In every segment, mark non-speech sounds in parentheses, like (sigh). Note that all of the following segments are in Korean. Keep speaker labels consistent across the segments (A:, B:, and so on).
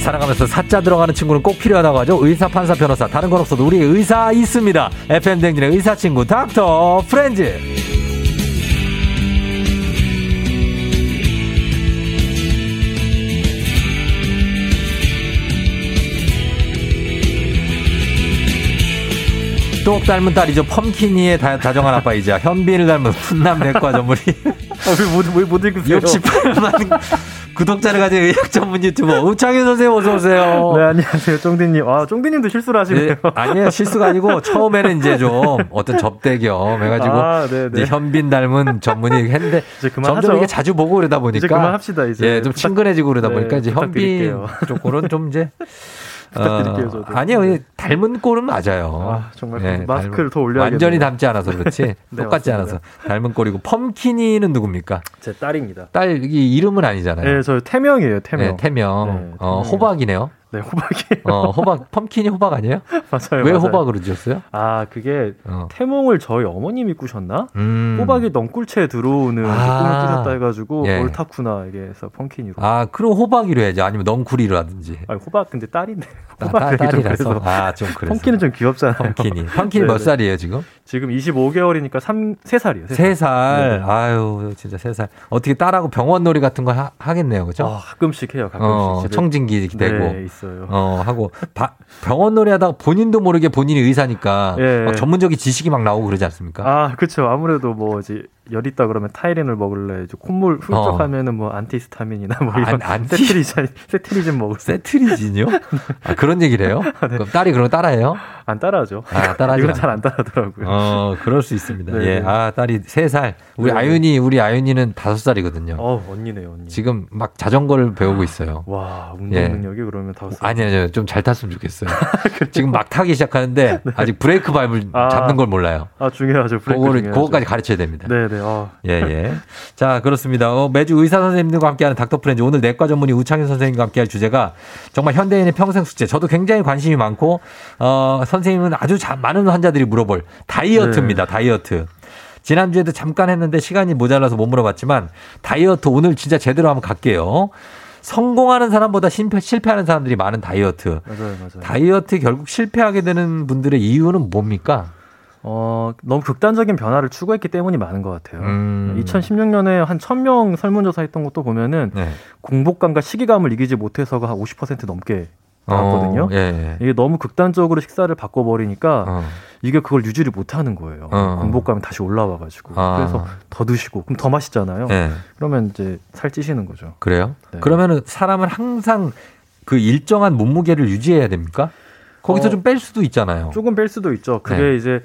A: 살아가면서 사자 들어가는 친구는 꼭 필요하다고 하죠. 의사, 판사, 변호사. 다른 건 없어도 우리 의사 있습니다. FM 댕진의 의사 친구 닥터 프렌즈. 똑 닮은 딸이죠. 펌키니의 다, 다정한 아빠이자 현빈을 닮은 풋남 내과 전문의
B: 아, 왜 못 읽으세요?
A: 68만 구독자를 가진 의학 전문 유튜버 우창윤 선생님 어서 오세요.
B: 네, 안녕하세요. 쫑디님. 아, 쫑디님도 실수를 하시네요.
A: 네, 아니에요 실수가 아니고 처음에는 이제 좀 어떤 접대 겸 해가지고
B: 아, 네, 네.
A: 이제 현빈 닮은 전문의 했는데
B: 이제 그만하죠.
A: 점점 이게 자주 보고 그러다 보니까
B: 이제 그만합시다, 이제.
A: 예, 좀
B: 부탁-
A: 친근해지고 그러다
B: 네,
A: 보니까 이제 현빈
B: 부탁드릴게요.
A: 쪽 그런 좀 이제
B: (laughs) 부탁드릴게요, 저도. 네.
A: 아니요 예, 닮은 꼴은 맞아요.
B: 아, 정말
A: 예,
B: 마스크를
A: 닮은-
B: 더 올려야겠네요.
A: 완전히 닮지 않아서 그렇지
B: (laughs) 네,
A: 똑같지 않아서
B: 맞습니다.
A: 닮은 꼴이고 펌키니는 누구입니까?
B: 제 딸입니다.
A: 딸이 이름은 아니잖아요.
B: 네, 저 태명이에요, 태명.
A: 네, 태명.
B: 네,
A: 어,
B: 태명이요.
A: 호박이네요.
B: 네, 호박이에요. (laughs)
A: 어, 호박, 펌킨이 호박 아니에요?
B: 맞아요.
A: 왜
B: 네, 맞아요.
A: 호박으로 지었어요?
B: 아, 그게
A: 어.
B: 태몽을 저희 어머님이 꾸셨나?
A: 음.
B: 호박이 넝꿀채에 들어오는 그
A: 아.
B: 꿈을 꾸셨다 해가지고
A: 예.
B: 옳다구나 이게 해서 펑키니로. 아.
A: 아, 그럼 호박이로 해야지. 아니면 넝쿨이라든지.
B: 니 호박 근데 딸인데
A: 따-
B: (laughs) 호박
A: 따-
B: 이좀
A: 아, 딸이라서.
B: 그래서
A: 아, 좀 그래서.
B: 펑키는 좀 귀엽잖아요.
A: 펌킨이. 펑킨이
B: 네,
A: 몇
B: 네.
A: 살이에요, 지금?
B: (laughs) 지금 25개월이니까 3, 3살이에요.
A: 세살
B: 네, 네.
A: 아유, 진짜 세살 어떻게 딸하고 병원 놀이 같은 거 하, 하겠네요, 그죠?
B: 아, 가끔씩 해요. 가끔씩
A: 어,
B: 집에.
A: 청진기 되고.
B: 네, 있어요.
A: 어, 하고, 바- 병원 놀이 하다가 본인도 모르게 본인이 의사니까.
B: 예.
A: 막 전문적인 지식이 막 나오고 그러지 않습니까?
B: 아, 그렇죠. 아무래도 뭐 이제 열 있다 그러면 타이린을 먹을래. 이제 콧물
A: 어.
B: 훌쩍 하면은 뭐 안티히스타민이나 뭐 이런
A: 아, 안- 안티-
B: (laughs)
A: 네.
B: 세트리젠 세트리젠 먹을 때 (laughs)
A: 세트리진이요?
B: 네.
A: 아, 그런 얘기를 해요? 그럼 딸이 그런 거 따라해요?
B: 안 따라하죠.
A: 아, 따라하지
B: 이건
A: 않-
B: 잘 안 따라하더라고요. 어.
A: 어, 그럴 수 있습니다.
B: 네.
A: 예. 아, 딸이 세살 우리
B: 네. 어.
A: 아윤이, 우리 아윤이는 다섯 살이거든요
B: 언니네요, 언니.
A: 지금 막 자전거를 배우고 있어요.
B: 와, 운동
A: 예.
B: 능력이 그러면 다섯 살.
A: 아니, 아니요. 좀 잘 탔으면
B: (laughs)
A: 좋겠어요. 지금 막 타기 시작하는데 아직 브레이크 밟을
B: 네. 아.
A: 잡는 걸 몰라요.
B: 아, 중요하죠. 브레이크
A: 그거를,
B: 중요하죠.
A: 그거까지 가르쳐야 됩니다.
B: 네, 네. 아,
A: 예, 예. 자, 그렇습니다. 어, 매주 의사 선생님들과 함께하는 닥터 프렌즈. 오늘 내과 전문의 우창윤 선생님과 함께할 주제가 정말 현대인의 평생 숙제. 저도 굉장히 관심이 많고, 어, 선생님은 아주 자- 많은 환자들이 물어볼
B: 네.
A: 다이어트입니다. 다이어트. 지난주에도 잠깐 했는데 시간이 모자라서 못 물어봤지만 다이어트 오늘 진짜 제대로 한번 갈게요. 성공하는 사람보다 실패, 실패하는 사람들이 많은 다이어트.
B: 맞아요, 맞아요.
A: 다이어트 결국 실패하게 되는 분들의 이유는 뭡니까?
B: 어, 너무 극단적인 변화를 추구했기 때문이 많은 것 같아요.
A: 음.
B: 2016년에 한 1000명 설문조사 했던 것도 보면은
A: 네.
B: 공복감과 식이감을 이기지 못해서가 한 50% 넘게 나왔거든요.
A: 어, 예, 예.
B: 이게 너무 극단적으로 식사를 바꿔버리니까
A: 어.
B: 이게 그걸 유지를 못하는 거예요.
A: 어.
B: 공복감이 다시 올라와가지고
A: 아.
B: 그래서 더 드시고 그럼 더 마시잖아요.
A: 예.
B: 그러면 이제 살찌시는 거죠.
A: 그래요?
B: 네.
A: 그러면은 사람은 항상 그 일정한 몸무게를 유지해야 됩니까? 거기서
B: 어,
A: 좀 뺄 수도 있잖아요.
B: 조금 뺄 수도 있죠. 그게
A: 네.
B: 이제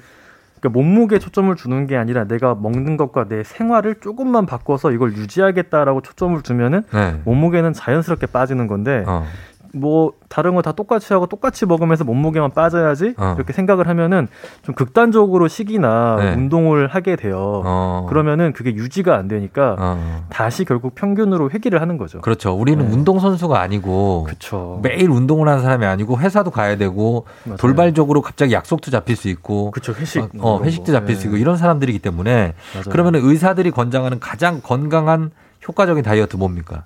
B: 그러니까 몸무게 초점을 주는 게 아니라 내가 먹는 것과 내 생활을 조금만 바꿔서 이걸 유지하겠다라고 초점을 주면은
A: 네.
B: 몸무게는 자연스럽게 빠지는 건데
A: 어.
B: 뭐 다른 거 다 똑같이 하고 똑같이 먹으면서 몸무게만 빠져야지
A: 어.
B: 이렇게 생각을 하면은 좀 극단적으로 식이나
A: 네.
B: 운동을 하게 돼요.
A: 어.
B: 그러면은 그게 유지가 안 되니까
A: 어.
B: 다시 결국 평균으로 회귀를 하는 거죠.
A: 그렇죠. 우리는
B: 네.
A: 운동 선수가 아니고
B: 그렇죠.
A: 매일 운동을 하는 사람이 아니고 회사도 가야 되고 돌발적으로 갑자기 약속도 잡힐 수 있고
B: 그렇죠. 회식.
A: 어,
B: 뭐
A: 어,
B: 이런
A: 회식도
B: 거.
A: 잡힐 수
B: 예.
A: 있고 이런 사람들이기 때문에
B: 맞아요.
A: 그러면 의사들이 권장하는 가장 건강한 효과적인 다이어트 뭡니까?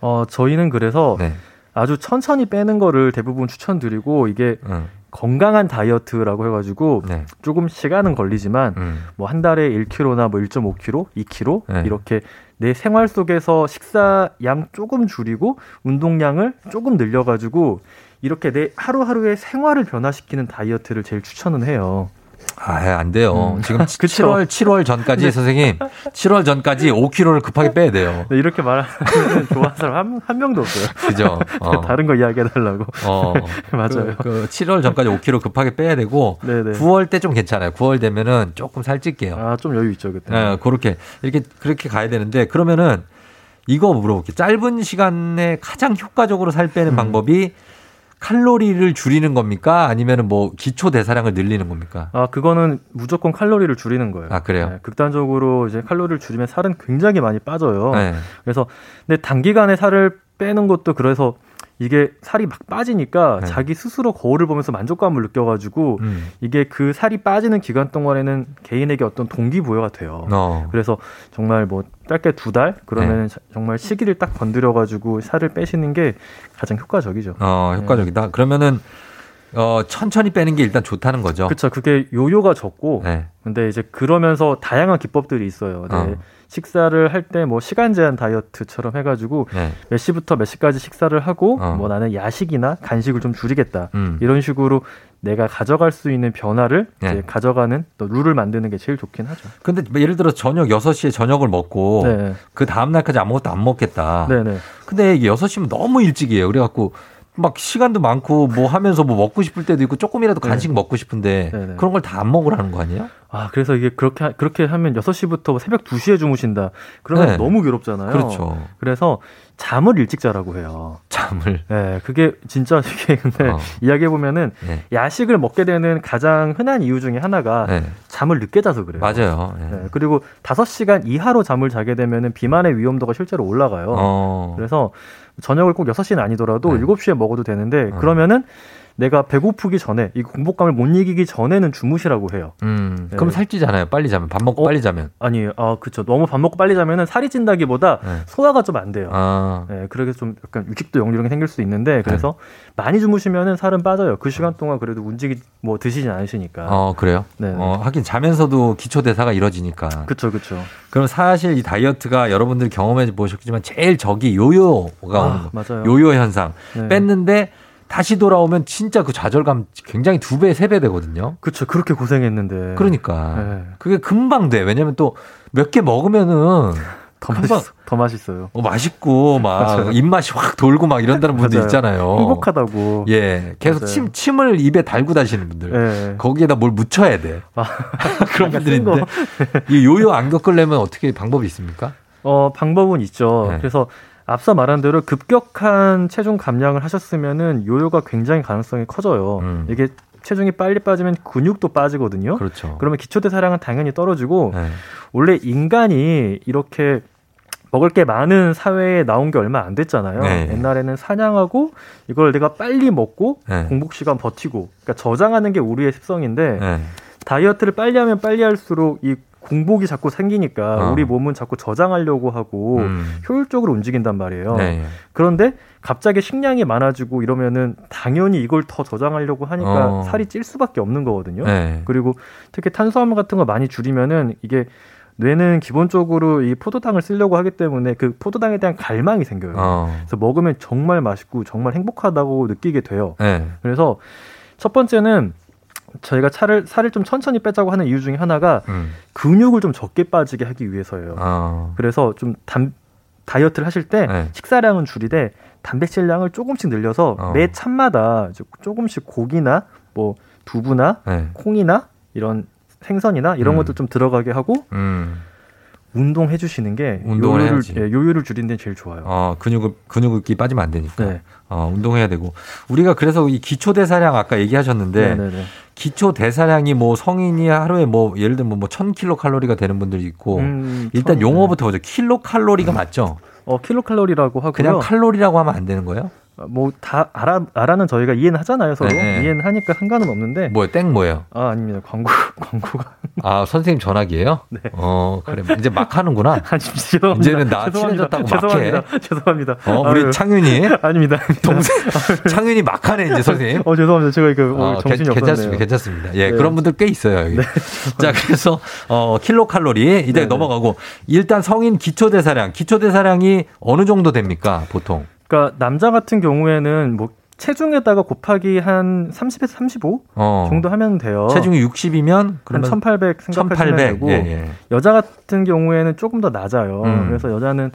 B: 어 저희는 그래서
A: 네.
B: 아주 천천히 빼는 거를 대부분 추천드리고 이게
A: 응.
B: 건강한 다이어트라고 해가지고
A: 네.
B: 조금 시간은 걸리지만
A: 음.
B: 뭐 한 달에 1kg나 뭐 1.5kg, 2kg
A: 네.
B: 이렇게 내 생활 속에서 식사 양 조금 줄이고 운동량을 조금 늘려가지고 이렇게 내 하루하루의 생활을 변화시키는 다이어트를 제일 추천은 해요.
A: 아, 예, 안 돼요.
B: 음. (laughs)
A: 지금
B: 그쵸. 네.
A: 7월, 7월 전까지 선생님, 7월 전까지 5kg를 급하게 빼야 돼요.
B: 네, 이렇게 말하면 (laughs) 좋아하는 사람 한, 한 명도 없어요.
A: 그죠? 어.
B: (laughs) 다른 거 이야기해달라고. (laughs)
A: 어.
B: 맞아요.
A: 그, 그 7월 전까지 5kg 급하게 빼야 되고,
B: 네네.
A: 9월 때 좀 괜찮아요. 9월 되면은 조금 살찔게요.
B: 아, 좀 여유 있죠, 그때.
A: 예, 그렇게, 이렇게, 그렇게 가야 되는데, 그러면은, 이거 물어볼게요. 짧은 시간에 가장 효과적으로 살 빼는
B: 음.
A: 방법이 칼로리를 줄이는 겁니까? 아니면은 뭐 기초 대사량을 늘리는 겁니까?
B: 아, 그거는 무조건 칼로리를 줄이는 거예요.
A: 아, 그래요?
B: 네, 극단적으로 이제 칼로리를 줄이면 살은 굉장히 많이 빠져요.
A: 네.
B: 그래서 근데 단기간에 살을 빼는 것도 그래서 이게 살이 막 빠지니까
A: 네.
B: 자기 스스로 거울을 보면서 만족감을 느껴가지고
A: 음.
B: 이게 그 살이 빠지는 기간 동안에는 개인에게 어떤 동기부여가 돼요.
A: 어.
B: 그래서 정말 뭐 짧게 두 달
A: 네.
B: 그러면 정말 시기를 딱 건드려 가지고 살을 빼시는 게 가장 효과적이죠.
A: 어,
B: 네.
A: 효과적이다. 그러면은 어, 천천히 빼는 게 일단 좋다는 거죠.
B: 그렇죠. 그게 요요가 적고
A: 네.
B: 근데 이제 그러면서 다양한 기법들이 있어요. 네.
A: 어.
B: 식사를 할 때 뭐 시간 제한 다이어트처럼 해가지고
A: 네.
B: 몇 시부터 몇 시까지 식사를 하고
A: 어.
B: 뭐 나는 야식이나 간식을 좀 줄이겠다
A: 음.
B: 이런 식으로 내가 가져갈 수 있는 변화를
A: 네.
B: 이제 가져가는 또 룰을 만드는 게 제일 좋긴 하죠.
A: 근데 뭐 예를 들어 저녁 6시에 저녁을 먹고
B: 네,
A: 그 다음 날까지 아무것도 안 먹겠다.
B: 네, 네.
A: 근데 이게 6시면 너무 일찍이에요. 그래 갖고 막 시간도 많고 뭐 하면서 뭐 먹고 싶을 때도 있고 조금이라도
B: 네.
A: 간식 먹고 싶은데
B: 네, 네.
A: 그런 걸 다 안 먹으라는 거 아니에요?
B: 아 그래서 이게 그렇게 하- 그렇게 하면 6 시부터 뭐 새벽 2 시에 주무신다. 그러면
A: 네.
B: 너무 괴롭잖아요.
A: 그렇죠.
B: 래서 잠을 일찍 자라고 해요.
A: 잠을.
B: 네, 그게 진짜 (laughs) 이게 근데
A: 어,
B: 이야기해 보면은
A: 네.
B: 야식을 먹게 되는 가장 흔한 이유 중에 하나가
A: 네.
B: 잠을 늦게 자서 그래요.
A: 맞아요. 네.
B: 네, 그리고 5시간 이하로 잠을 자게 되면 비만의 위험도가 실제로 올라가요.
A: 어.
B: 그래서 저녁을 꼭 6시는 아니더라도
A: 네.
B: 7시에 먹어도 되는데
A: 어.
B: 그러면은 내가 배고프기 전에 이 공복감을 못 이기기 전에는 주무시라고 해요.
A: 음.
B: 네.
A: 그럼 살찌잖아요. 빨리 자면 밥 먹고
B: 어?
A: 빨리 자면.
B: 아니, 아, 그쵸. 너무 밥 먹고 빨리 자면은 살이 찐다기보다
A: 네.
B: 소화가 좀 안 돼요.
A: 아.
B: 예, 그러게 좀 약간 육식도 역류형이 생길 수 있는데 그래서 많이 주무시면은 살은 빠져요. 그 시간 동안 그래도 움직이 뭐 드시진 않으시니까.
A: 어, 그래요?
B: 네.
A: 어, 하긴 자면서도 기초 대사가 이뤄지니까.
B: 그쵸, 그쵸.
A: 그럼 사실 이 다이어트가 여러분들 경험해 보셨겠지만 제일 적이 요요가 오는 거.
B: 아, 맞아요.
A: 음. 요요 현상.
B: 네.
A: 뺐는데 다시 돌아오면 진짜 그 좌절감 굉장히 두 배, 세 배 되거든요.
B: 그쵸. 그렇게 고생했는데.
A: 그러니까.
B: 네.
A: 그게 금방 돼. 왜냐면 또 몇 개 먹으면은
B: 더
A: 금방-
B: 맛있어. (laughs) 더 맛있어요.
A: 어,
B: (laughs)
A: 맛있고
B: 맞아요.
A: 막 입맛이 확 돌고 막 이런다는 분들
B: 맞아요.
A: 있잖아요.
B: 행복하다고.
A: 예. 계속
B: 맞아요.
A: 침, 침을 입에 달고 다시는 분들.
B: 예.
A: 거기에다 뭘 묻혀야 돼.
B: 아,
A: (laughs) 그런
B: 약간
A: 분들이
B: 쓴 거.
A: 있는데. 이 요요 안 겪으려면 어떻게 방법이 있습니까?
B: 어, 방법은 있죠.
A: 네.
B: 그래서 앞서 말한 대로 급격한 체중 감량을 하셨으면은 요요가 굉장히 가능성이 커져요.
A: 음.
B: 이게 체중이 빨리 빠지면 근육도 빠지거든요.
A: 그렇죠.
B: 그러면 기초대사량은 당연히 떨어지고
A: 네.
B: 원래 인간이 이렇게 먹을 게 많은 사회에 나온 게 얼마 안 됐잖아요.
A: 네.
B: 옛날에는 사냥하고 이걸 내가 빨리 먹고
A: 네.
B: 공복 시간 버티고 그러니까 저장하는 게 우리의 습성인데
A: 네.
B: 다이어트를 빨리 하면 빨리 할수록 이 공복이 자꾸 생기니까
A: 어.
B: 우리 몸은 자꾸 저장하려고 하고
A: 음.
B: 효율적으로 움직인단 말이에요.
A: 네.
B: 그런데 갑자기 식량이 많아지고 이러면은 당연히 이걸 더 저장하려고 하니까
A: 어.
B: 살이 찔 수밖에 없는 거거든요.
A: 네.
B: 그리고 특히 탄수화물 같은 거 많이 줄이면은 이게 뇌는 기본적으로 이 포도당을 쓰려고 하기 때문에 그 포도당에 대한 갈망이 생겨요.
A: 어.
B: 그래서 먹으면 정말 맛있고 정말 행복하다고 느끼게 돼요.
A: 네.
B: 그래서 첫 번째는 저희가 차를 살을 좀 천천히 빼자고 하는 이유 중에 하나가
A: 음.
B: 근육을 좀 적게 빠지게 하기 위해서예요.
A: 어.
B: 그래서 좀 담- 다이어트를 하실 때
A: 네.
B: 식사량은 줄이되 단백질량을 조금씩 늘려서
A: 어.
B: 매 찬마다 이제 조금씩 고기나 뭐 두부나
A: 네.
B: 콩이나 이런 생선이나 이런
A: 음.
B: 것도 좀 들어가게 하고
A: 음.
B: 운동해 주시는 게
A: 운동을
B: 요요를
A: 해야지.
B: 예, 요요를 줄이는 데 제일 좋아요.
A: 어, 근육을 근육이 빠지면 안 되니까.
B: 네.
A: 어, 운동해야 되고. 우리가 그래서 이 기초 대사량 아까 얘기하셨는데
B: 네네네.
A: 기초 대사량이 뭐 성인이 하루에 뭐 예를 들면 뭐 1000킬로칼로리가 되는 분들이 있고
B: 음,
A: 일단
B: 참,
A: 용어부터 보죠. 킬로칼로리가 맞죠?
B: 네. 어 킬로칼로리라고 하고요.
A: 그냥 칼로리라고 하면 안 되는 거예요?
B: 뭐 다 알아 알아는 저희가 이해는 하잖아요 서로
A: 네, 네.
B: 이해는 하니까 상관은 없는데
A: 뭐예요? 땡 뭐예요?
B: 아 아닙니다 광고 (laughs) 광고가
A: 아, 선생님 전화기예요?
B: 네.
A: 어, 그래. 이제 막 하는구나.
B: 아닙니다 죄송합니다
A: 이제는 나
B: 죄송합니다
A: 친해졌다고 막
B: 죄송합니다 죄송합니다
A: 어, 우리
B: 아유, (laughs)
A: 창윤이
B: 아닙니다
A: 동생 (laughs) 창윤이 막하네 이제 선생님.
B: (laughs) 어 죄송합니다 제가 이거
A: 어,
B: 오늘 정신이
A: 괜- 괜찮습니다.
B: 없었네요
A: 괜찮습니다. 예,
B: 네.
A: 그런 분들 꽤 있어요. 여기. (laughs) 자, 그래서 어, 킬로칼로리 이제
B: 네네.
A: 넘어가고 일단 성인 기초 대사량, 기초 대사량이 어느 정도 됩니까? 보통.
B: 그러니까 남자 같은 경우에는 뭐 체중에다가 곱하기 한 30에서 35
A: 어.
B: 정도 하면 돼요
A: 체중이 60이면 그러면
B: 한 1800 생각하시면
A: 1800.
B: 되고
A: 예, 예.
B: 여자 같은 경우에는 조금 더 낮아요.
A: 음.
B: 그래서 여자는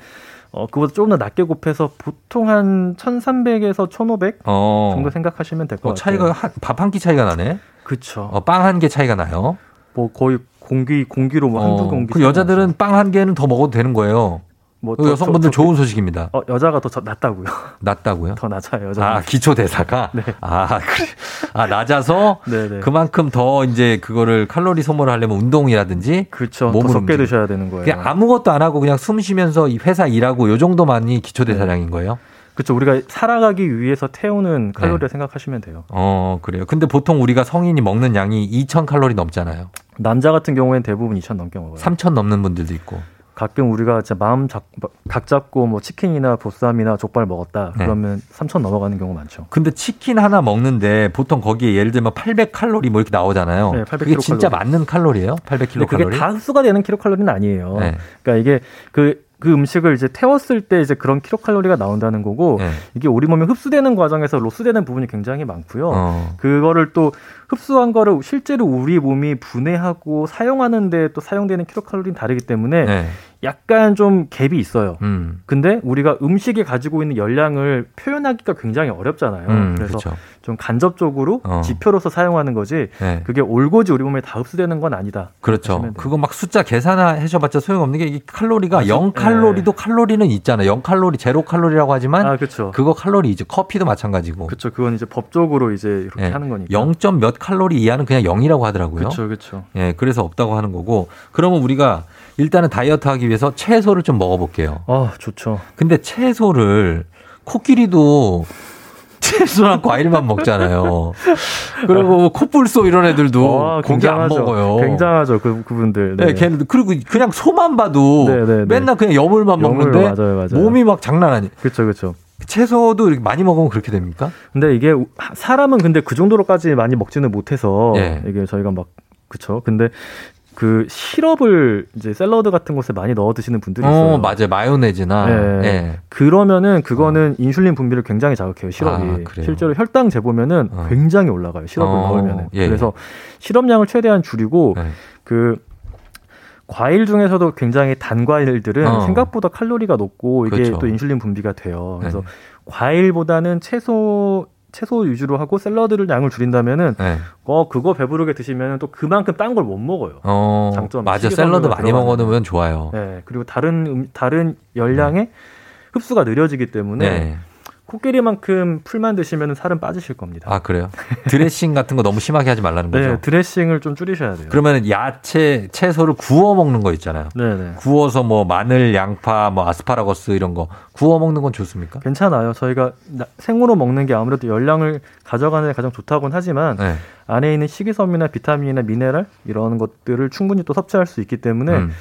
B: 어, 그보다 조금 더 낮게 곱해서 보통 한 1300에서 1500
A: 어.
B: 정도 생각하시면 될 것
A: 어,
B: 같아요.
A: 차이가 밥 한 끼 차이가 나네.
B: 그쵸.
A: 어, 빵 한 개 차이가 나요.
B: 뭐 거의 공기 공기로 뭐
A: 어,
B: 한두 공기.
A: 그 여자들은 빵 한 개는 더 먹어도 되는 거예요.
B: 뭐
A: 그
B: 더-
A: 여성분들
B: 더- 더-
A: 좋은 소식입니다.
B: 어, 여자가 더 저- 낮다고요. (laughs)
A: 낮다고요?
B: 더 낮아요 여자.
A: 아,
B: 아,
A: 기초 대사가 아, 그래. 아, 낮아서
B: 네네.
A: 그만큼 더 이제 그거를 칼로리 소모를 하려면 운동이라든지
B: 그쵸. 더
A: 몸으로
B: 적게
A: 움직여.
B: 드셔야 되는 거예요.
A: 그냥 아무것도 안 하고 그냥 숨 쉬면서 이 회사 일하고 요 정도만이 기초 대사량인 거예요.
B: 그렇죠. 우리가 살아가기 위해서
A: 네.
B: 태우는 칼로리라 생각하시면 돼요.
A: 어, 그래요. 근데 보통 우리가 성인이 먹는 양이 2,000 칼로리 넘잖아요.
B: 남자 같은 경우에는 대부분 2천 넘게 먹어요.
A: 3,000 넘는 분들도 있고.
B: 가끔 우리가 진짜 마음 잡, 각 잡고 뭐 치킨이나 보쌈이나 족발 먹었다
A: 네.
B: 그러면 3천 넘어가는 경우 많죠.
A: 근데 치킨 하나 먹는데 보통 거기에 예를 들면 800 칼로리 뭐 이렇게 나오잖아요.
B: 네, 800
A: 그게 진짜
B: 킬로칼로리.
A: 맞는 칼로리예요? 800
B: 근데
A: 킬로
B: 그게
A: 칼로리?
B: 다 흡수가 되는 킬로칼로리는 아니에요.
A: 네.
B: 그러니까 이게 그, 그 음식을 이제 태웠을 때 이제 그런 킬로칼로리가 나온다는 거고
A: 네.
B: 이게 우리 몸에 흡수되는 과정에서 로스되는 부분이 굉장히 많고요.
A: 어.
B: 그거를 또 흡수한 거를 실제로 우리 몸이 분해하고 사용하는데 또 사용되는 킬로칼로리는 다르기 때문에
A: 네.
B: 약간 좀 갭이 있어요.
A: 음.
B: 근데 우리가 음식이 가지고 있는 열량을 표현하기가 굉장히 어렵잖아요.
A: 음,
B: 그래서
A: 그렇죠.
B: 좀 간접적으로
A: 어.
B: 지표로서 사용하는 거지
A: 네.
B: 그게 올고지 우리 몸에 다 흡수되는 건 아니다.
A: 그렇죠.
B: 하시면 돼요.
A: 그거 막 숫자 계산하 해줘봤자 소용없는 게 이게 칼로리가
B: 아주- 네.
A: 0 칼로리도 칼로리는 있잖아. 0 칼로리, 제로 칼로리라고 하지만
B: 아, 그렇죠.
A: 그거 칼로리이죠. 커피도 마찬가지고.
B: 그렇죠. 그건 이제 법적으로 이제 이렇게
A: 네.
B: 하는 거니까.
A: 0. 점 몇 칼로리 이하는 그냥 0이라고 하더라고요.
B: 그렇죠. 그렇죠.
A: 예, 그래서 없다고 하는 거고. 그러면 우리가 일단은 다이어트 하기 위해서 채소를 좀 먹어볼게요.
B: 아, 좋죠.
A: 근데 채소를 코끼리도 채소랑 과일만 먹잖아요. 그리고 뭐 코뿔소 이런 애들도
B: 와,
A: 고기 안
B: 아, 굉장하죠.
A: 먹어요.
B: 굉장하죠. 그 그분들.
A: 네, 걔네들 그리고 그냥 소만 봐도
B: 네, 네, 네.
A: 맨날 그냥 여물만
B: 영어로
A: 먹는데
B: 맞아요, 맞아요.
A: 몸이 막 장난 아니.
B: 그렇죠, 그렇죠.
A: 채소도 이렇게 많이 먹으면 그렇게 됩니까?
B: 근데 이게 우- 사람은 근데 그 정도로까지 많이 먹지는 못해서
A: 예.
B: 이게 저희가 막 그쵸. 근데 그 시럽을 이제 샐러드 같은 곳에 많이 넣어 드시는 분들이 있어요.
A: 어, 맞아요. 마요네즈나
B: 네.
A: 예.
B: 그러면은 그거는 인슐린 분비를 굉장히 자극해요. 시럽이
A: 어. 아, 그래요?
B: 실제로 혈당 재보면은
A: 어.
B: 굉장히 올라가요. 시럽을
A: 어,
B: 넣으면은
A: 예, 예.
B: 그래서 시럽량을 최대한 줄이고
A: 네.
B: 그 과일 중에서도 굉장히 단 과일들은
A: 어.
B: 생각보다 칼로리가 높고 이게
A: 그렇죠.
B: 또 인슐린 분비가 돼요. 그래서
A: 네.
B: 과일보다는 채소 채소 위주로 하고 샐러드를 양을 줄인다면은
A: 네.
B: 어 그거 배부르게 드시면 또 그만큼 딴 걸 못 먹어요.
A: 어,
B: 장점,
A: 맞아.
B: 식이섬유가
A: 샐러드 많이
B: 들어가는
A: 먹어놓으면 좋아요.
B: 네 그리고 다른 음- 다른 열량의 흡수가 느려지기 때문에
A: 네.
B: 코끼리만큼 풀만 드시면 살은 빠지실 겁니다.
A: 아,
B: (laughs)
A: 그래요? 드레싱 같은 거 너무 심하게 하지 말라는 거죠?
B: 네 드레싱을 좀 줄이셔야 돼요.
A: 예. 그러면 야채, 채소를 구워 먹는 거 있잖아요.
B: 네네
A: 구워서 뭐 마늘, 양파, 뭐 아스파라거스 이런 거 구워 먹는 건 좋습니까?
B: 괜찮아요. 저희가 나- 생으로 먹는 게 아무래도 열량을 가져가는 데 가장 좋다고는 하지만
A: 네.
B: 안에 있는 식이섬유나 비타민이나 미네랄 이런 것들을 충분히 또 섭취할 수 있기 때문에
A: 음,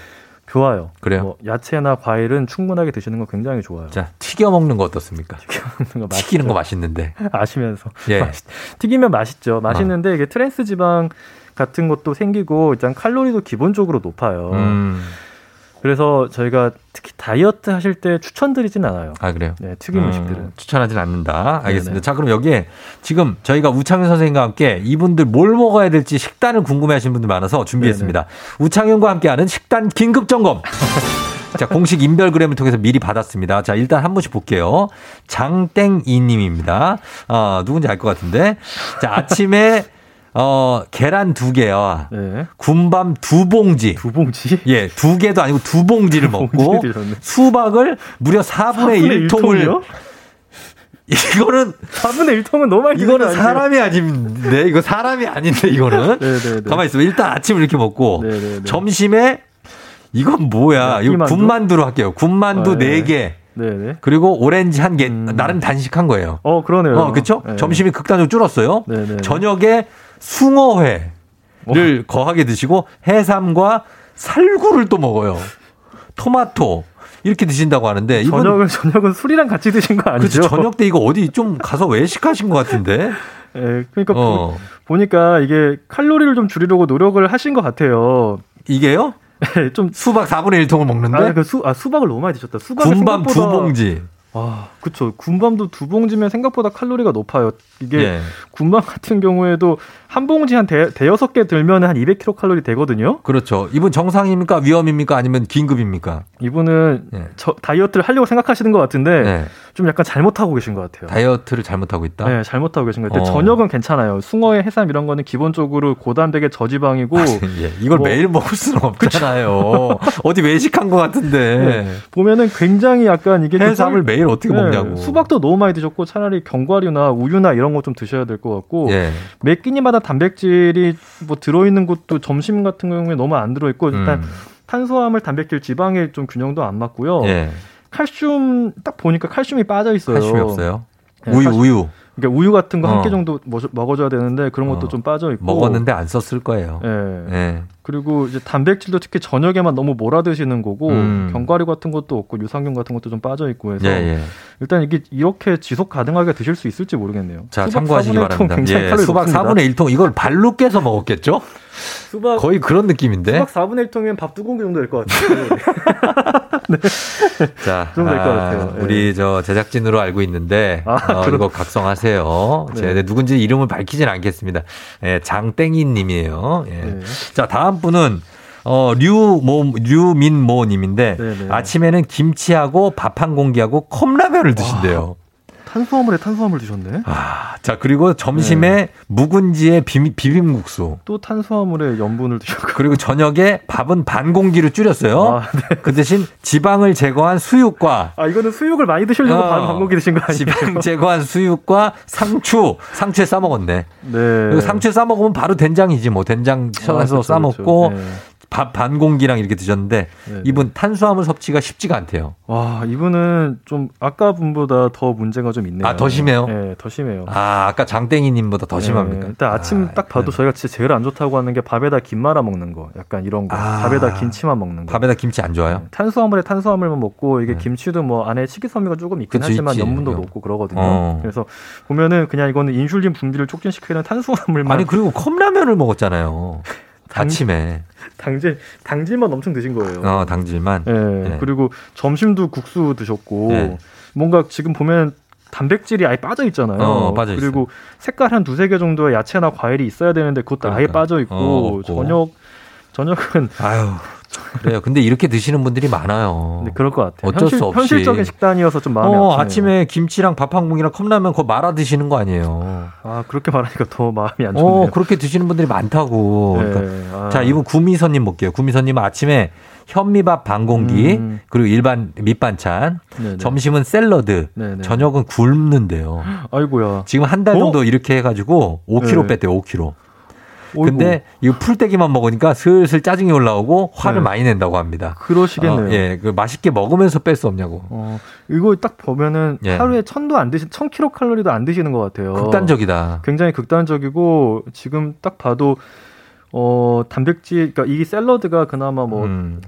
B: 좋아요.
A: 그래요?
B: 네. 뭐 야채나 과일은 충분하게 드시는 거 굉장히 좋아요. (laughs)
A: 자, 튀겨 먹는 거 어떻습니까?
B: 튀기는 거 맛-
A: 튀기는 거
B: (laughs)
A: 맛있는데.
B: 아시면서
A: 예. 아.
B: 맛있- 튀기면 맛있죠. 맛있는데 이게 트랜스 지방 같은 것도 생기고 일단 칼로리도 기본적으로 높아요.
A: 음,
B: 그래서 저희가 특히 다이어트 하실 때 추천드리진 않아요.
A: 아, 그래요?
B: 네, 튀김
A: 음,
B: 음식들은.
A: 추천하진 않는다. 알겠습니다.
B: 네네.
A: 자, 그럼 여기에 지금 저희가 우창윤 선생님과 함께 이분들 뭘 먹어야 될지 식단을 궁금해 하시는 분들 많아서 준비했습니다. 우창윤과 함께하는 식단 긴급 점검. (laughs) 자, 공식 인별그램을 통해서 미리 받았습니다. 자, 일단 한 분씩 볼게요. 장땡이님입니다. 어, 누군지 알 것 같은데. 자, 아침에, 어, 계란 두 개와
B: 네.
A: 군밤 두 봉지.
B: 두 봉지?
A: 예, 두 개도 아니고 두 봉지를 먹고
B: 봉지를 드셨네.
A: 수박을 무려 4분의 네, 1통을
B: 일통이요?
A: 이거는
B: 4분의 1통은 너무 많이
A: 이거는
B: 드시는 거 아니에요?
A: 사람이 아닌데 이거 사람이 아닌데 이거는
B: (laughs) 네, 네, 네.
A: 가만 있어 봐. 일단 아침을 이렇게 먹고
B: 네, 네, 네.
A: 점심에 이건 뭐야? 이거
B: 끼만두?
A: 군만두로 할게요. 군만두
B: 아, 네.
A: 네 개
B: 네, 네.
A: 그리고 오렌지 한 개.
B: 음.
A: 나름 단식한 거예요.
B: 어, 그러네요.
A: 어, 그렇죠?
B: 네.
A: 점심이 극단적으로 줄었어요.
B: 네, 네.
A: 저녁에 숭어회를 거하게 드시고 해삼과 살구를 또 먹어요. 토마토 이렇게 드신다고 하는데 이분
B: 저녁은 저녁은 술이랑 같이 드신 거 아니죠?
A: 그렇죠. 저녁 때 이거 어디 좀 가서 외식하신 것 같은데.
B: (laughs) 예, 그러니까
A: 어.
B: 보, 니까 이게 칼로리를 좀 줄이려고 노력을 하신 것 같아요. (laughs)
A: 이게요?
B: 예, 좀
A: 수박 4분의 1통을
B: 아,
A: 먹는데
B: 그 수, 아, 수박을 너무 많이 드셨다. 수박이
A: 군밤 두
B: 생각보다-
A: 봉지.
B: 아, 그쵸. 군밤도 두 봉지면 생각보다 칼로리가 높아요. 이게
A: 예.
B: 군밤 같은 경우에도 한 봉지 한 대, 대여섯 개 들면 한 200kcal 되거든요.
A: 그렇죠. 이분 정상입니까? 위험입니까? 아니면 긴급입니까?
B: 이분은
A: 예.
B: 저, 다이어트를 하려고 생각하시는 것 같은데
A: 네.
B: 좀 약간 잘못하고 계신 것 같아요.
A: 다이어트를 잘못하고 있다.
B: 네, 잘못하고 계신 것 같아요.
A: 어.
B: 저녁은 괜찮아요. 숭어회, 해삼 이런 거는 기본적으로 고단백의 저지방이고
A: 예, 이걸
B: 뭐-
A: 매일 먹을 수는
B: (laughs)
A: 없잖아요. 어디 외식한 것 같은데
B: 보면은 굉장히 약간 네. 이게 좀
A: 해삼을 매일 어떻게
B: 네,
A: 먹냐고.
B: 수박도 너무 많이 드셨고 차라리 견과류나 우유나 이런 거 좀 드셔야 될 것 같고
A: 예.
B: 매 끼니마다 단백질이 뭐 들어있는 것도 점심 같은 경우에 너무 안 들어있고 일단
A: 음,
B: 탄수화물, 단백질, 지방의 좀 균형도 안 맞고요.
A: 예.
B: 칼슘 딱 보니까 칼슘이 빠져 있어요.
A: 칼슘이 없어요.
B: 그 네,
A: 우유
B: 칼슘.
A: 우유
B: 그러니까 우유 같은 거 한 끼
A: 어.
B: 정도 먹- 먹어줘야 되는데 그런 것도
A: 어.
B: 좀 빠져 있고.
A: 먹었는데 안 썼을 거예요.
B: 예.
A: 네.
B: 그리고 이제 단백질도 특히 저녁에만 너무 몰아 드시는 거고
A: 음.
B: 견과류 같은 것도 없고 유산균 같은 것도 좀 빠져 있고 해서
A: 예, 예.
B: 일단 이게 이렇게 지속 가능하게 드실 수 있을지 모르겠네요.
A: 자,
B: 수박
A: 참고하시기
B: 4분의 1통
A: 바랍니다.
B: 굉장히
A: 예,
B: 칼로리
A: 수박
B: 높습니다.
A: 4분의 1통 이걸 발로 깨서 먹었겠죠?
B: 수박
A: 거의 예? 그런 느낌인데.
B: 수박 4분의 1통이면 밥 두 공기 정도 될 것 같아요.
A: 자,
B: 그럼 될것 같아요. 예.
A: 우리 저 제작진으로 알고 있는데
B: 아,
A: 어,
B: 그럼.
A: 이거 각성하세요.
B: 네.
A: 제 누군지 이름을 밝히진 않겠습니다. 예, 장땡이님이에요. 예.
B: 네.
A: 자, 다음 분은 어, 류모 류민모 님인데
B: 네, 네.
A: 아침에는 김치하고 밥 한 공기하고 컵라면을 드신대요.
B: (laughs) 탄수화물에 탄수화물 드셨네.
A: 아, 자, 그리고 점심에
B: 네.
A: 묵은지에 비빔, 비빔국수.
B: 또 탄수화물에 염분을 드셨고.
A: 그리고 저녁에 밥은 반 공기로 줄였어요.
B: 아, 네.
A: 그 대신 지방을 제거한 수육과
B: (laughs) 아 이거는 수육을 많이 드시려고
A: 어.
B: 밥 반복이 드신 거
A: (laughs)
B: 아니에요?
A: 지방 제거한 수육과 상추, 상추에 싸 먹었네.
B: (laughs) 네.
A: 그리고 상추에 싸 먹으면 바로 된장이지 뭐 된장 쳐서
B: 그렇죠,
A: 싸 먹고
B: 그렇죠. 네.
A: 밥 반 공기랑 이렇게 드셨는데
B: 네,
A: 이분 탄수화물 섭취가 쉽지가 않대요.
B: 와 이분은 좀 아까 분보다 더 문제가 좀 있네요.
A: 아, 더 심해요?
B: 네, 더 심해요.
A: 아, 아까 장땡이님보다 더 심합니까?
B: 네, 일단 아침
A: 아,
B: 딱 봐도 저희가 진짜 제일 안 좋다고 하는 게 밥에다 김 말아 먹는 거, 약간 이런 거,
A: 아.
B: 밥에다 김치만 먹는 거.
A: 밥에다 김치 안 좋아요?
B: 탄수화물에 탄수화물만 먹고 이게
A: 네.
B: 김치도 뭐 안에 식이섬유가 조금 있긴
A: 그치,
B: 하지만
A: 있지.
B: 염분도
A: 그럼.
B: 높고 그러거든요.
A: 어.
B: 그래서 보면은 그냥 이거는 인슐린 분비를 촉진시키는 탄수화물만
A: 아니 그리고 컵라면을 먹었잖아요.
B: 네. (laughs) 당-
A: 아침에
B: (laughs) 당질 당질만 엄청 드신 거예요.
A: 어 당질만
B: 예.
A: 네.
B: 그리고 점심도 국수 드셨고
A: 네.
B: 뭔가 지금 보면 단백질이 아예 빠져 있잖아요.
A: 어, 빠져 있어요.
B: 그리고 색깔 한 두세 개 정도의 야채나 과일이 있어야 되는데 그것도 아예
A: 그러니까요.
B: 빠져 있고
A: 어, 없고.
B: 저녁 저녁은
A: 아유 그래요. 근데 이렇게 드시는 분들이 많아요.
B: 네, 그럴 것 같아요.
A: 어. 어쩔 수
B: 현실,
A: 없이.
B: 현실적인 식단이어서 좀
A: 어
B: 마음이 아프네요.
A: 아침에 김치랑 밥 한 공기랑 컵라면 그거 말아 드시는 거 아니에요?
B: 아 그렇게 말하니까 더 마음이 안 좋네요.
A: 어 그렇게 드시는 분들이 많다고. 그러니까
B: 네, 아.
A: 자, 이분 구미선님 볼게요. 구미선님은 아침에 현미밥 반 공기,
B: 음.
A: 그리고 일반 밑반찬,
B: 네네.
A: 점심은 샐러드,
B: 네네.
A: 저녁은 굶는데요.
B: 아이고야.
A: 지금 한 달
B: 어?
A: 정도 이렇게 해가지고 5kg
B: 네.
A: 뺐대요, 5kg.
B: 어이구,
A: 근데 이거 풀떼기만 먹으니까 슬슬 짜증이 올라오고 화를
B: 네.
A: 많이 낸다고 합니다.
B: 그러시겠네요.
A: 어, 예, 그 맛있게 먹으면서 뺄 수 없냐고.
B: 어, 이거 딱 보면은
A: 예.
B: 하루에 천도 안 드시, 천 킬로 칼로리도 안 드시는 것 같아요.
A: 극단적이다.
B: 굉장히 극단적이고 지금 딱 봐도 어 단백질, 그러니까 이 샐러드가 그나마 뭐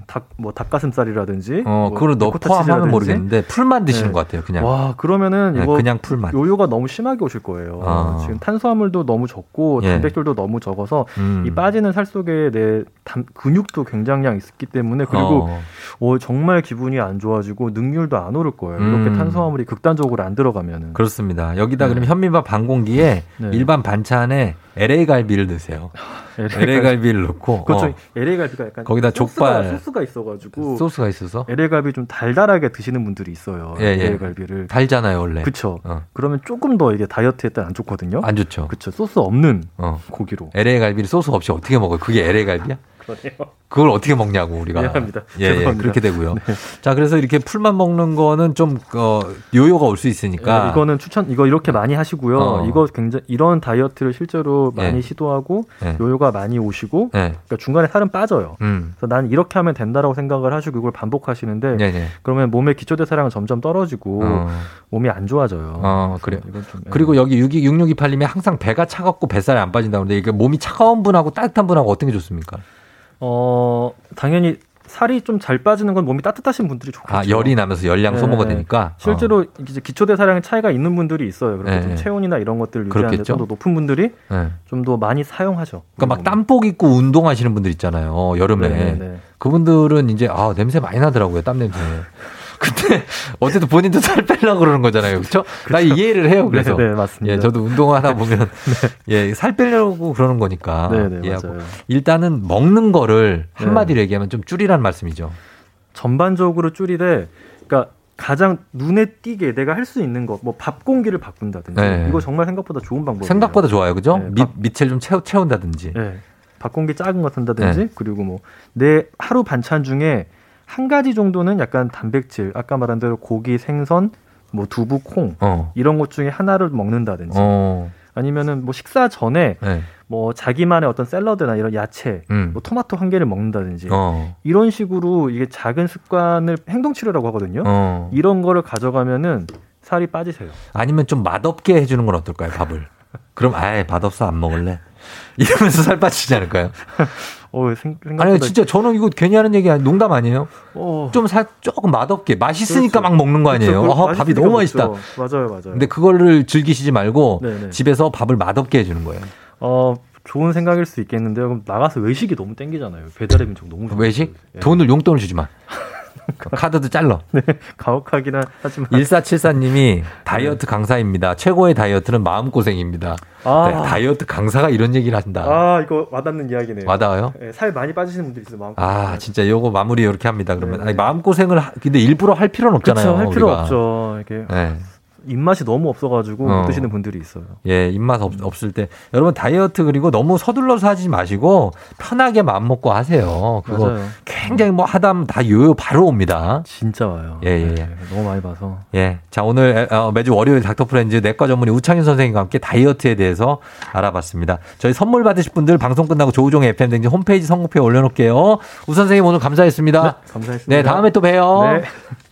B: 닭 뭐
A: 음.
B: 닭가슴살이라든지,
A: 어,
B: 뭐
A: 그걸 너
B: 리코타
A: 포함하면
B: 치즈라든지.
A: 모르겠는데 풀만 드시는
B: 네.
A: 것 같아요, 그냥.
B: 와 그러면은
A: 네,
B: 이거
A: 그냥 풀만.
B: 요요가 너무 심하게 오실 거예요.
A: 아.
B: 지금 탄수화물도 너무 적고
A: 예.
B: 단백질도 너무 적어서
A: 음.
B: 이 빠지는 살 속에 내 단- 근육도 굉장량 있기 때문에 그리고
A: 어.
B: 어, 정말 기분이 안 좋아지고 능률도 안 오를 거예요.
A: 음.
B: 이렇게 탄수화물이 극단적으로 안 들어가면은.
A: 그렇습니다. 여기다
B: 네.
A: 그러면 현미밥 반 공기에
B: 네. 아,
A: 일반 반찬에 LA 갈비를 넣으세요. LA 갈비를 넣고
B: 네, 그러니까 그렇죠. 그
A: 어,
B: LA 갈비가 약간
A: 거기다
B: 소스가-
A: 족발.
B: 소스가 있어가지고
A: 소스가 있어서
B: LA 갈비 좀 달달하게 드시는 분들이 있어요.
A: 예, 예.
B: LA 갈비를.
A: 달잖아요 원래.
B: 그쵸.
A: 어,
B: 그러면 조금 더 이게 다이어트에 따라 안 좋거든요.
A: 안 좋죠.
B: 그쵸. 소스 없는
A: 어.
B: 고기로.
A: LA 갈비를 소스 없이 어떻게 먹어요? 그게 LA 갈비야?
B: 그러네요.
A: 그걸 어떻게 먹냐고 우리가.
B: (laughs) 미안합니다.
A: 예, 예,
B: 죄송합니다. 네.
A: 그렇게 되고요. 자, 그래서 이렇게 풀만 먹는 거는 좀 어, 요요가 올 수 있으니까.
B: 예, 네, 이거는 추천 이거 이렇게 많이 하시고요.
A: 어.
B: 이거 굉장히 이런 다이어트를 실제로 많이
A: 예.
B: 시도하고
A: 예.
B: 요요가 많이 오시고
A: 예.
B: 그러니까 중간에 살은 빠져요.
A: 음.
B: 그래서 난 이렇게 하면 된다라고 생각을 하시고 이걸 반복하시는데
A: 예, 예.
B: 그러면 몸의 기초 대사량은 점점 떨어지고
A: 어,
B: 몸이 안 좋아져요.
A: 어, 그래요.
B: 이건 좀, 예.
A: 그리고 여기 62, 6628님이 항상 배가 차갑고 뱃살이 안 빠진다고 그러는데 이게 몸이 차가운 분하고 따뜻한 분하고 어떤 게 좋습니까?
B: 어 당연히 살이 좀 잘 빠지는 건 몸이 따뜻하신 분들이 좋겠죠.
A: 아, 열이 나면서 열량 소모가
B: 그렇죠. 네.
A: 되니까. 어,
B: 실제로 이제 기초 대사량의 차이가 있는 분들이 있어요. 그래서
A: 네.
B: 좀 체온이나 이런 것들을 유지하는
A: 그렇겠죠.
B: 좀더 높은 분들이
A: 어, 네.
B: 좀 더 많이 사용하죠.
A: 그러니까 막 땀복 입고 운동하시는 분들 있잖아요. 어, 여름에.
B: 음. 네네네.
A: 그분들은 이제 아, 냄새 많이 나더라고요. 땀 냄새. (laughs) 근데 어쨌든 본인도 살 빼려고 그러는 거잖아요. 그렇죠? 나 이해를 해요. 그래서.
B: 네, 네, 맞습니다.
A: 예, 저도 운동하다
B: (laughs)
A: 보면 예, 살 빼려고 그러는 거니까.
B: 네, 네,
A: 예,
B: 맞아요.
A: 일단은 먹는 거를
B: 네.
A: 한마디로 얘기하면 좀 줄이란 말씀이죠.
B: 전반적으로 줄이되, 그러니까 가장 눈에 띄게 내가 할 수 있는 것, 뭐 밥 공기를 바꾼다든지,
A: 네.
B: 이거 정말 생각보다 좋은 방법이에요.
A: 생각보다 좋아요. 그죠?
B: 뭐 네,
A: 밑,
B: 밥-
A: 밑을 좀 채우, 채운다든지.
B: 예. 밥 공기 작은 것 한다든지,
A: 네.
B: 그리고 뭐 내 하루 반찬 중에 한 가지 정도는 약간 단백질, 아까 말한 대로 고기, 생선, 뭐 두부, 콩
A: 어.
B: 이런 것 중에 하나를 먹는다든지.
A: 어.
B: 아니면은 뭐 식사 전에
A: 네.
B: 뭐 자기만의 어떤 샐러드나 이런 야채,
A: 음.
B: 뭐 토마토 한 개를 먹는다든지
A: 어.
B: 이런 식으로 이게 작은 습관을 행동 치료라고 하거든요.
A: 어.
B: 이런 거를 가져가면은 살이 빠지세요.
A: 아니면 좀 맛없게 해주는 건 어떨까요? 밥을. 그럼 아예 맛없어 안 먹을래. (laughs) 이러면서 살 빠지지 않을까요?
B: 어, 생, 생각보다
A: 아니 진짜 저는 이거 괜히 하는 얘기 아니 농담 아니에요.
B: 어,
A: 좀 살 조금 맛없게 맛있으니까
B: 그렇죠.
A: 막 먹는 거 아니에요.
B: 그렇죠.
A: 어, 밥이 너무 맛있다.
B: 맛있으니까 먹죠. 맞아요, 맞아요.
A: 근데 그거를 즐기시지 말고
B: 네네.
A: 집에서 밥을 맛없게 해주는 거예요.
B: 어, 좋은 생각일 수 있겠는데요. 그럼 나가서 외식이 너무 땡기잖아요. 배달의 민족 너무 좋아요.
A: 외식?
B: 예.
A: 돈을 용돈을 주지
B: (laughs)
A: 마. 카드도 잘라.
B: 가혹하긴 하- 하지만
A: 1474님이 다이어트 강사입니다. 최고의 다이어트는 마음고생입니다.
B: 아,
A: 네, 다이어트 강사가 이런 얘기를 한다.
B: 아, 이거 와닿는 이야기네요.
A: 와닿아요?
B: 예, 살 많이 빠지시는 분들 있어요. 마음.
A: 아, 진짜 요거 마무리 이렇게 합니다. 그러면
B: 네.
A: 아니, 마음고생을 하- 근데 일부러 할 필요는 없잖아요.
B: 그렇죠. 할 필요
A: 우리가.
B: 없죠. 이게
A: 네.
B: 입맛이 너무 없어가지고
A: 어.
B: 못 드시는 분들이 있어요.
A: 예, 입맛 없, 없을 때 여러분 다이어트 그리고 너무 서둘러서 하지 마시고 편하게 마음 먹고 하세요. 그거
B: 맞아요.
A: 굉장히 뭐 하다면 다 요요 바로 옵니다.
B: 진짜 와요.
A: 예, 예,
B: 네, 너무 많이 봐서.
A: 예. 자, 오늘 어, 매주 월요일 닥터프렌즈 내과 전문의 우창윤 선생님과 함께 다이어트에 대해서 알아봤습니다. 저희 선물 받으실 분들 방송 끝나고 조우종의 FM댕진 홈페이지 선곡표에 올려놓을게요. 우 선생님 오늘 아, 네, 감사했습니다.
B: 네, 감사했습니다.
A: 네, 다음에 또 봬요.
B: 네.